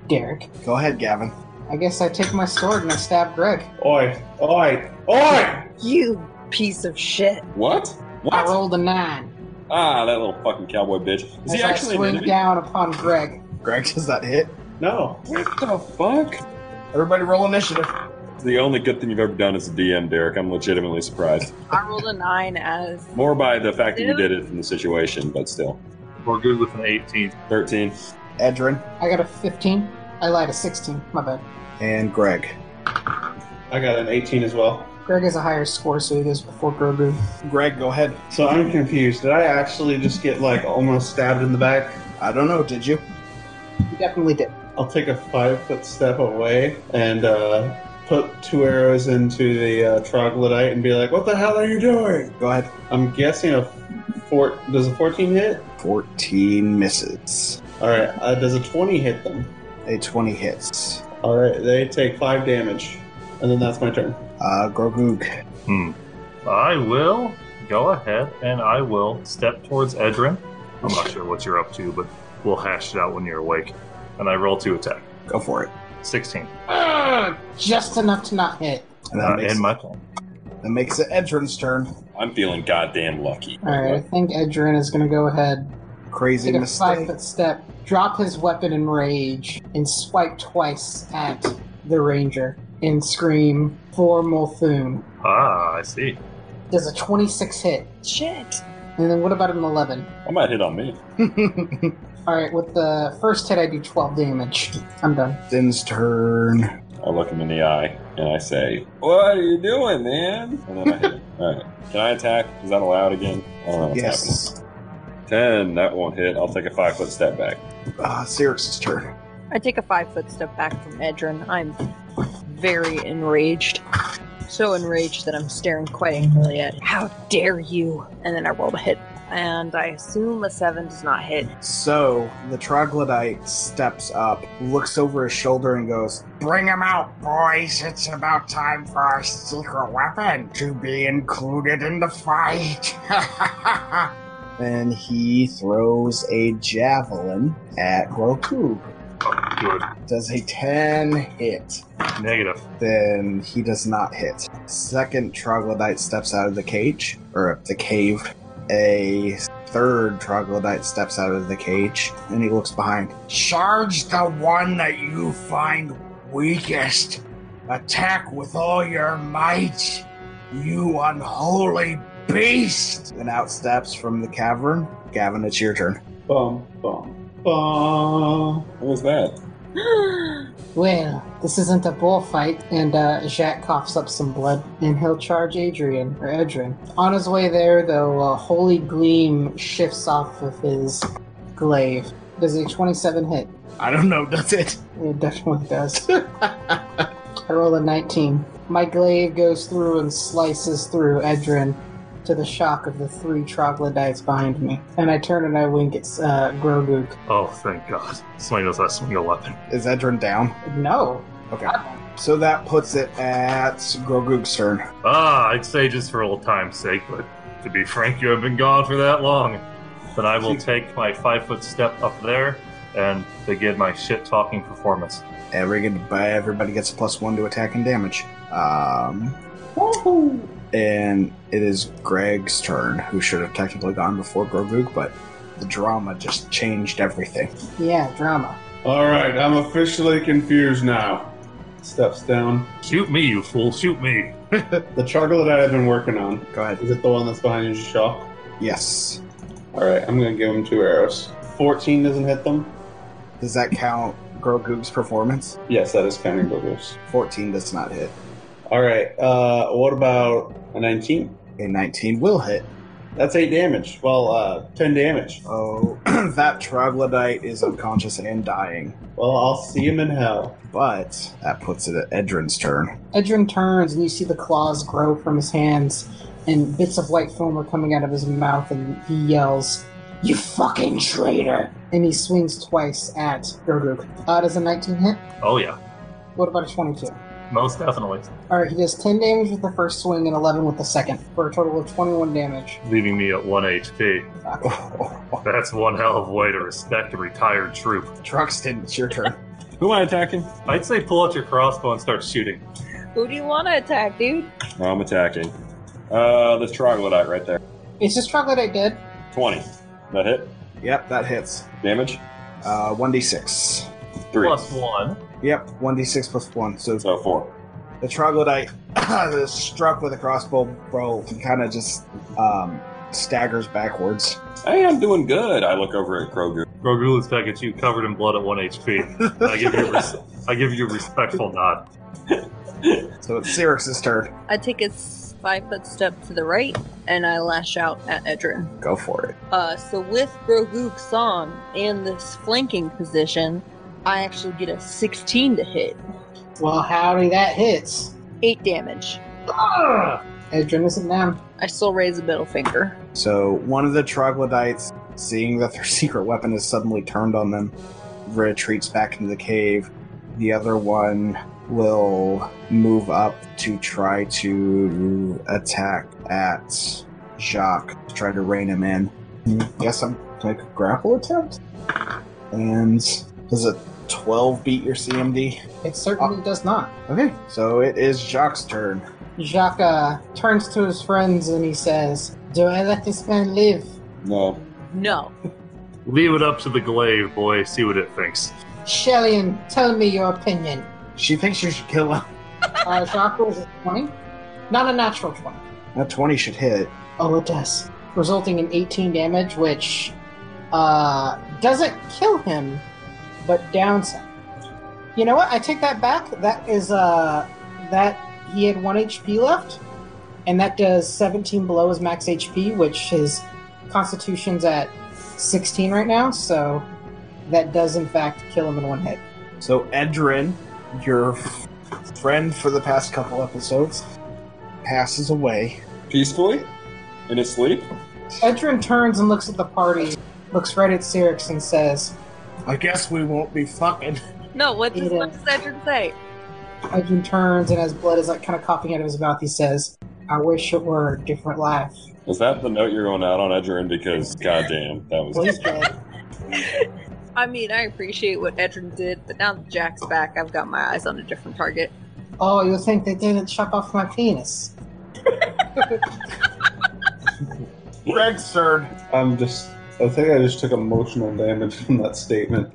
S3: Derek.
S2: Go ahead, Gavin.
S3: I guess I take my sword and I stab Greg.
S4: Oi, oi, oi!
S7: You piece of shit.
S5: What?
S3: I
S5: What?
S3: rolled a nine.
S5: Ah, that little fucking cowboy bitch. Is he
S3: as I
S5: actually an
S3: swing
S5: enemy?
S3: down upon Greg.
S2: Greg, does that hit?
S4: No.
S5: What the fuck?
S2: Everybody roll initiative.
S5: The only good thing you've ever done as a DM, Derek. I'm legitimately surprised.
S7: I rolled a nine as
S5: More by the fact that you did it from the situation, but still.
S6: We're good with an 18.
S5: 13.
S2: Edrin
S3: I got a 15. I lied, a 16. My bad.
S2: and Greg.
S4: I got an 18 as well.
S3: Greg has a higher score, so he goes before Grogu.
S2: Greg, go ahead.
S4: So I'm confused. Did I actually just get, like, almost stabbed in the back?
S2: I don't know, did you?
S3: He definitely did.
S4: I'll take a five foot step away and uh, put two arrows into the uh, troglodyte and be like, "What the hell are you doing?"
S2: Go ahead.
S4: I'm guessing a four. Does a fourteen hit?
S2: 14 misses.
S4: All right. Uh, does a twenty hit them?
S2: A 20 hits.
S4: All right. They take five damage, and then that's my turn.
S2: Uh, Grogu.
S6: Hmm. I will go ahead and I will step towards Edrin. I'm not sure what you're up to, but we'll hash it out when you're awake. And I roll to attack.
S2: Go for it.
S6: 16.
S3: Ugh, just enough to not hit.
S2: And that,
S6: Uh,
S2: makes,
S6: in my turn.
S2: that makes it Edrin's turn.
S5: I'm feeling goddamn lucky.
S3: Alright, I think Edrin is going to go ahead,
S2: Crazy
S3: take a five
S2: mistake.
S3: foot step, drop his weapon in rage, and swipe twice at the Ranger and scream for Molthun.
S6: Ah, I see.
S3: Does a 26 hit?
S7: shit.
S3: And then what about an 11?
S5: I might hit on me.
S3: Alright, with the first hit, I do 12 damage. I'm done.
S2: Din's turn.
S5: I look him in the eye and I say, What are you doing, man? And then I hit him. Alright. Can I attack? Is that allowed again? I don't know what's
S2: Yes.
S5: happening. Ten, that won't hit. I'll take a five foot step back.
S2: Uh, Sirius's turn.
S7: I take a five foot step back from Edrin. I'm very enraged. So enraged that I'm staring quite angrily at how dare you! And then I rolled a hit. And I assume a seven does not hit.
S2: So the troglodyte steps up, looks over his shoulder, and goes,
S9: Bring him out, boys. It's about time for our secret weapon to be included in the fight.
S2: and he throws a javelin at Grogu.
S6: Oh, good.
S2: Does a 10 hit?
S6: Negative.
S2: Then he does not hit. Second troglodyte steps out of the cage, or the cave. A third troglodyte steps out of the cage, and he looks behind.
S9: Charge the one that you find weakest. Attack with all your might, you unholy beast.
S2: And out steps from the cavern. Gavin, it's your turn.
S4: Bum bum bum.
S5: What was that?
S3: Well, this isn't a bullfight, and uh, Jacques coughs up some blood, and he'll charge Adrian, or Edrin. On his way there, though, a holy gleam shifts off of his glaive. Does a 27 hit?
S2: I don't know, does it?
S3: It definitely does. I roll a 19. My glaive goes through and slices through Edrin to the shock of the three troglodytes behind me. And I turn and I wink at uh, Grogu.
S6: Oh, thank God. Somebody knows how to swing a weapon.
S2: Is Edrin down?
S3: No!
S2: Okay. So that puts it at Grogug's turn.
S6: Ah, I'd say just for old time's sake, but to be frank, you have been gone for that long. Then I will take my five foot step up there and begin my shit talking performance.
S2: Every everybody gets a plus one to attack and damage. Um, and it is Greg's turn, who should have technically gone before Grogug, but the drama just changed everything.
S3: Yeah, drama.
S4: All right. I'm officially confused now. Steps down.
S6: Shoot me, you fool, shoot me.
S4: The troglodyte I've been working on.
S2: Go ahead.
S4: Is it the one that's behind you, Shaw?
S2: Yes.
S4: All right. I'm gonna give him two arrows. Fourteen doesn't hit them.
S2: Does that count Grogug's performance?
S4: Yes, that is counting bubbles.
S2: 14 does not hit.
S4: All right. Uh, what about a 19?
S2: A 19 will hit.
S4: That's eight damage. Well, uh, ten damage.
S2: Oh, that troglodyte is unconscious and dying,
S4: Well, I'll see him in hell.
S2: but that puts it at Edrin's turn.
S3: Edrin turns and you see the claws grow from his hands and bits of white foam are coming out of his mouth and he yells, You fucking traitor! And he swings twice at Gurguk. Uh, does a 19 hit?
S6: Oh, yeah.
S3: What about a 22?
S6: Most definitely.
S3: All right, he does 10 damage with the first swing and 11 with the second, for a total of 21 damage.
S6: Leaving me at 1 HP.
S2: Oh,
S6: That's one hell of a way to respect a retired troop.
S2: Truxton, it's your turn.
S10: Who am I attacking?
S6: I'd say pull out your crossbow and start shooting.
S7: Who do you want to attack, dude?
S5: I'm attacking. Uh, this troglodyte right there.
S3: Is this troglodyte dead?
S5: 20. That hit?
S2: Yep, that hits.
S5: Damage?
S2: Uh, 1d6.
S5: Three.
S6: Plus 1.
S2: Yep, 1d6 plus 1. So
S5: So four.
S2: the troglodyte is struck with a crossbow bow and kind of just um, staggers backwards.
S5: Hey, I'm doing good. I look over at Grogu.
S6: Grogu looks back at you, covered in blood at 1 HP. I give you a res- I give you a respectful nod.
S2: So it's Cyrix's turn.
S7: I take a s- five foot step to the right and I lash out at Edrin.
S2: Go for it.
S7: Uh, so with Grogu Song in this flanking position, I actually get a 16 to hit.
S3: Well, howdy, that hits.
S7: Eight damage.
S3: Edrin isn't down.
S7: I still raise a middle finger.
S2: So one of the troglodytes, seeing that their secret weapon is suddenly turned on them, retreats back into the cave. The other one will move up to try to attack at Jacques, to try to rein him in. Guess I'm like a grapple attempt. And does a 12 beat your CMD?
S3: It certainly does not.
S2: Okay, so it is Jacques' turn.
S3: Jacques uh, turns to his friends and he says, Do I let this man live?
S5: No.
S7: No.
S6: Leave it up to the glaive, boy. See what it thinks.
S3: Shellian, tell me your opinion.
S2: She thinks you should kill him.
S3: Uh, Jacques rolls a 20. Not a natural 20.
S2: That 20 should hit.
S3: Oh, it does. Resulting in 18 damage, which uh, doesn't kill him, but downs him. You know what? I take that back. That is uh, that he had one HP left, and that does 17 below his max HP, which his Constitution's at 16 right now. So that does in fact kill him in one hit.
S2: So, Edrin, your f- friend for the past couple episodes, passes away.
S5: Peacefully? In his sleep?
S3: Edrin turns and looks at the party, looks right at Cyrix and says,
S2: I guess we won't be fucking.
S7: No, what does,
S3: Yeah.
S7: what does Edrin say?
S3: Edwin turns and as blood is like kind of coughing out of his mouth, he says, "I wish it were a different life."
S5: Is that the note you're going out on, Edgerin? Because, goddamn, that was.
S3: Well, he's dead.
S7: I mean, I appreciate what Edrin did, but now that Jack's back, I've got my eyes on a different target.
S3: oh, you think they didn't chop off my penis?
S2: Greg's turn.
S4: I'm just. I think I just took emotional damage from that statement.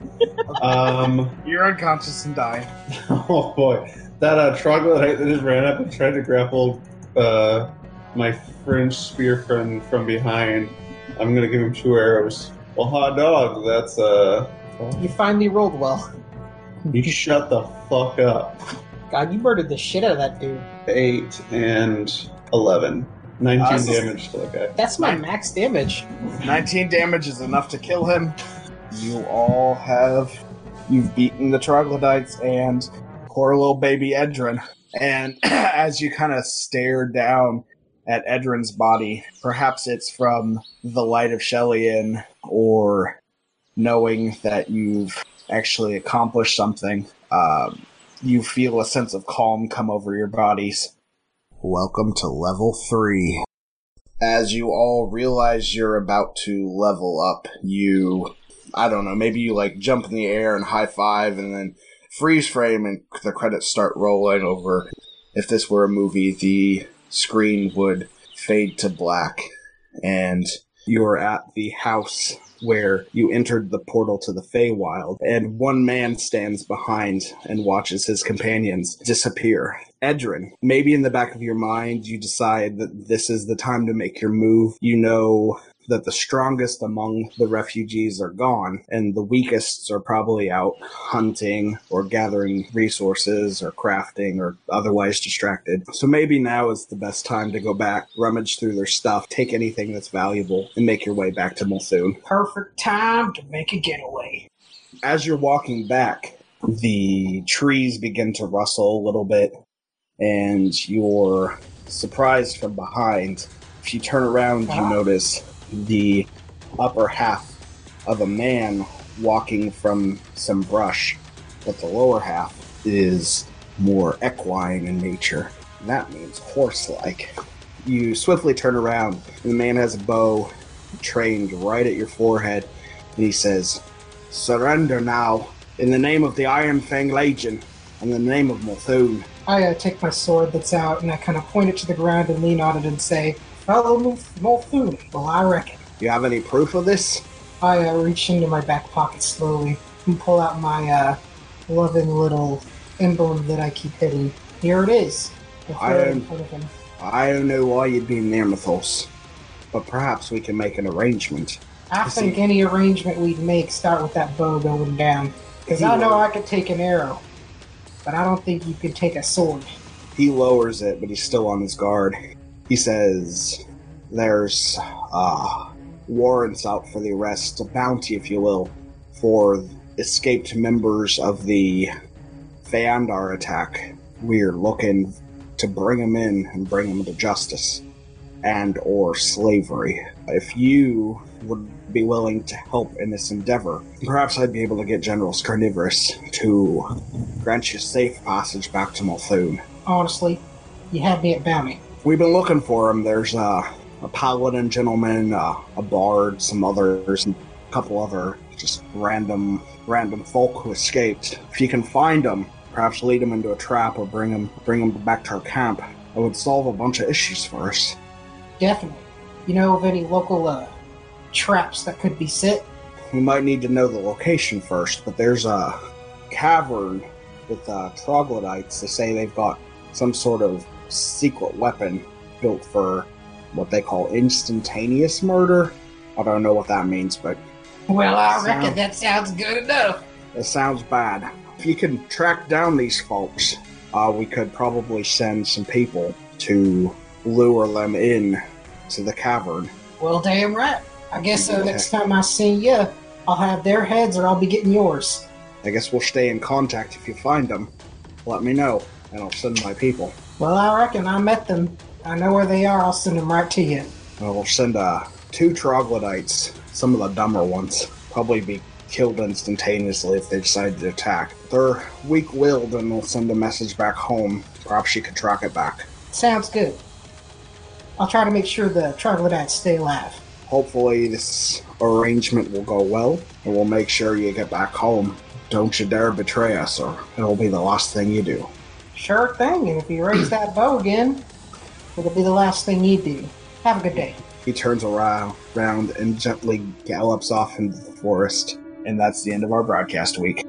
S4: um,
S2: You're unconscious and dying.
S4: oh boy, that uh, troglodyte that just ran up and tried to grapple uh, my French spear friend from behind. I'm gonna give him two arrows. Well, hot dog. That's uh.
S3: You finally rolled well.
S4: You shut the fuck up.
S3: God, you murdered the shit out of that dude.
S4: Eight and eleven. Nineteen
S2: Awesome.
S4: damage to the guy.
S3: That's my max damage.
S2: 19 damage is enough to kill him. You all have. You've beaten the troglodytes and poor little baby Edrin. And as you kind of stare down at Edrin's body, perhaps it's from the light of Shellyan or knowing that you've actually accomplished something, um, you feel a sense of calm come over your bodies. Welcome to level three as you all realize you're about to level up, you, I don't know, maybe you like jump in the air and high five and then freeze frame and the credits start rolling over. If this were a movie, the screen would fade to black and you're at the house where you entered the portal to the Feywild, and one man stands behind and watches his companions disappear. Edrin, maybe in the back of your mind, you decide that this is the time to make your move. You know that the strongest among the refugees are gone, and the weakest are probably out hunting or gathering resources or crafting or otherwise distracted. So maybe now is the best time to go back, rummage through their stuff, take anything that's valuable, and make your way back to Mulsoon.
S3: Perfect time to make a getaway.
S2: As you're walking back, the trees begin to rustle a little bit, and you're surprised from behind. If you turn around, you notice the upper half of a man walking from some brush, but the lower half is more equine in nature. And that means horse like. You swiftly turn around, and the man has a bow trained right at your forehead, and he says, Surrender now, in the name of the Iron Fang Legion, and the name of Morthune.
S3: I uh, take my sword that's out and I kind of point it to the ground and lean on it and say, Fellow Mulf- Multhuni, well, I reckon.
S2: Do you have any proof of this?
S3: I uh, reach into my back pocket slowly and pull out my uh, loving little emblem that I keep hidden. Here it is. I throw it in
S2: Iron-
S3: front of him.
S2: I don't know why you'd be near Mythos, but perhaps we can make an arrangement.
S3: I
S2: see.
S3: think any arrangement we'd make start with that bow going down. Because I know I could take an arrow, but I don't think you could take a sword.
S2: He lowers it, but he's still on his guard. He says, There's uh, warrants out for the arrest, a bounty, if you will, for escaped members of the Feandar attack. We're looking to bring them in and bring them to justice and or slavery. If you would be willing to help in this endeavor, perhaps I'd be able to get General Scarnivorous to grant you safe passage back to Malthune.
S3: Honestly, you had me at bounty.
S2: We've been looking for him. There's uh, a paladin gentleman, uh, a bard, some others, and a couple other just random, random folk who escaped. If you can find them, perhaps lead them into a trap or bring them, bring them back to our camp. It would solve a bunch of issues for us.
S3: Definitely. You know of any local uh, traps that could be set?
S2: We might need to know the location first, but there's a cavern with uh, troglodytes. They say they've got some sort of secret weapon built for what they call instantaneous murder. I don't know what that means, but
S3: Well, Oh, I reckon
S2: Sound-
S3: that sounds good enough.
S2: It sounds bad. If you can track down these folks, uh, we could probably send some people to lure them in to the cavern.
S3: Well, damn right. I guess uh, next time I see you, I'll have their heads or I'll be getting yours.
S2: I guess we'll stay in contact if you find them. Let me know, and I'll send my people.
S3: Well, I reckon I met them. I know where they are. I'll send them right to you.
S2: And we'll send uh, two troglodytes, some of the dumber ones, probably be killed instantaneously if they decide to attack. They're weak willed and they'll send a message back home. Perhaps you could track it back.
S3: Sounds good. I'll try to make sure the troglodytes stay alive.
S2: Hopefully, this arrangement will go well, and we'll make sure you get back home. Don't you dare betray us, or it'll be the last thing you do.
S3: Sure thing. And if you raise that bow again, it'll be the last thing you do. Have a good day.
S2: He turns arou- around and gently gallops off into the forest. And that's the end of our broadcast week.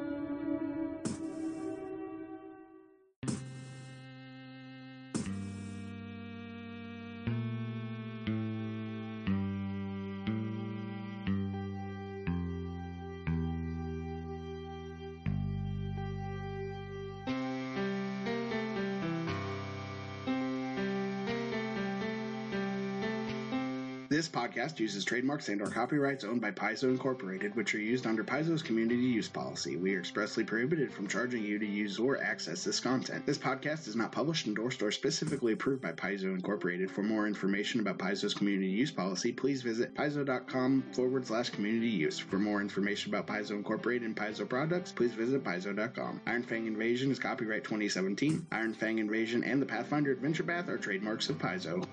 S2: This podcast uses trademarks and/or copyrights owned by Paizo Incorporated, which are used under Paizo's community use policy. We are expressly prohibited from charging you to use or access this content. This podcast is not published, endorsed, or specifically approved by Paizo Incorporated. For more information about Paizo's community use policy, please visit paizo.com forward slash community use. For more information about Paizo Incorporated and Paizo products, please visit paizo.com. Iron Fang Invasion is copyright 2017. Iron Fang Invasion and the Pathfinder Adventure Path are trademarks of Paizo.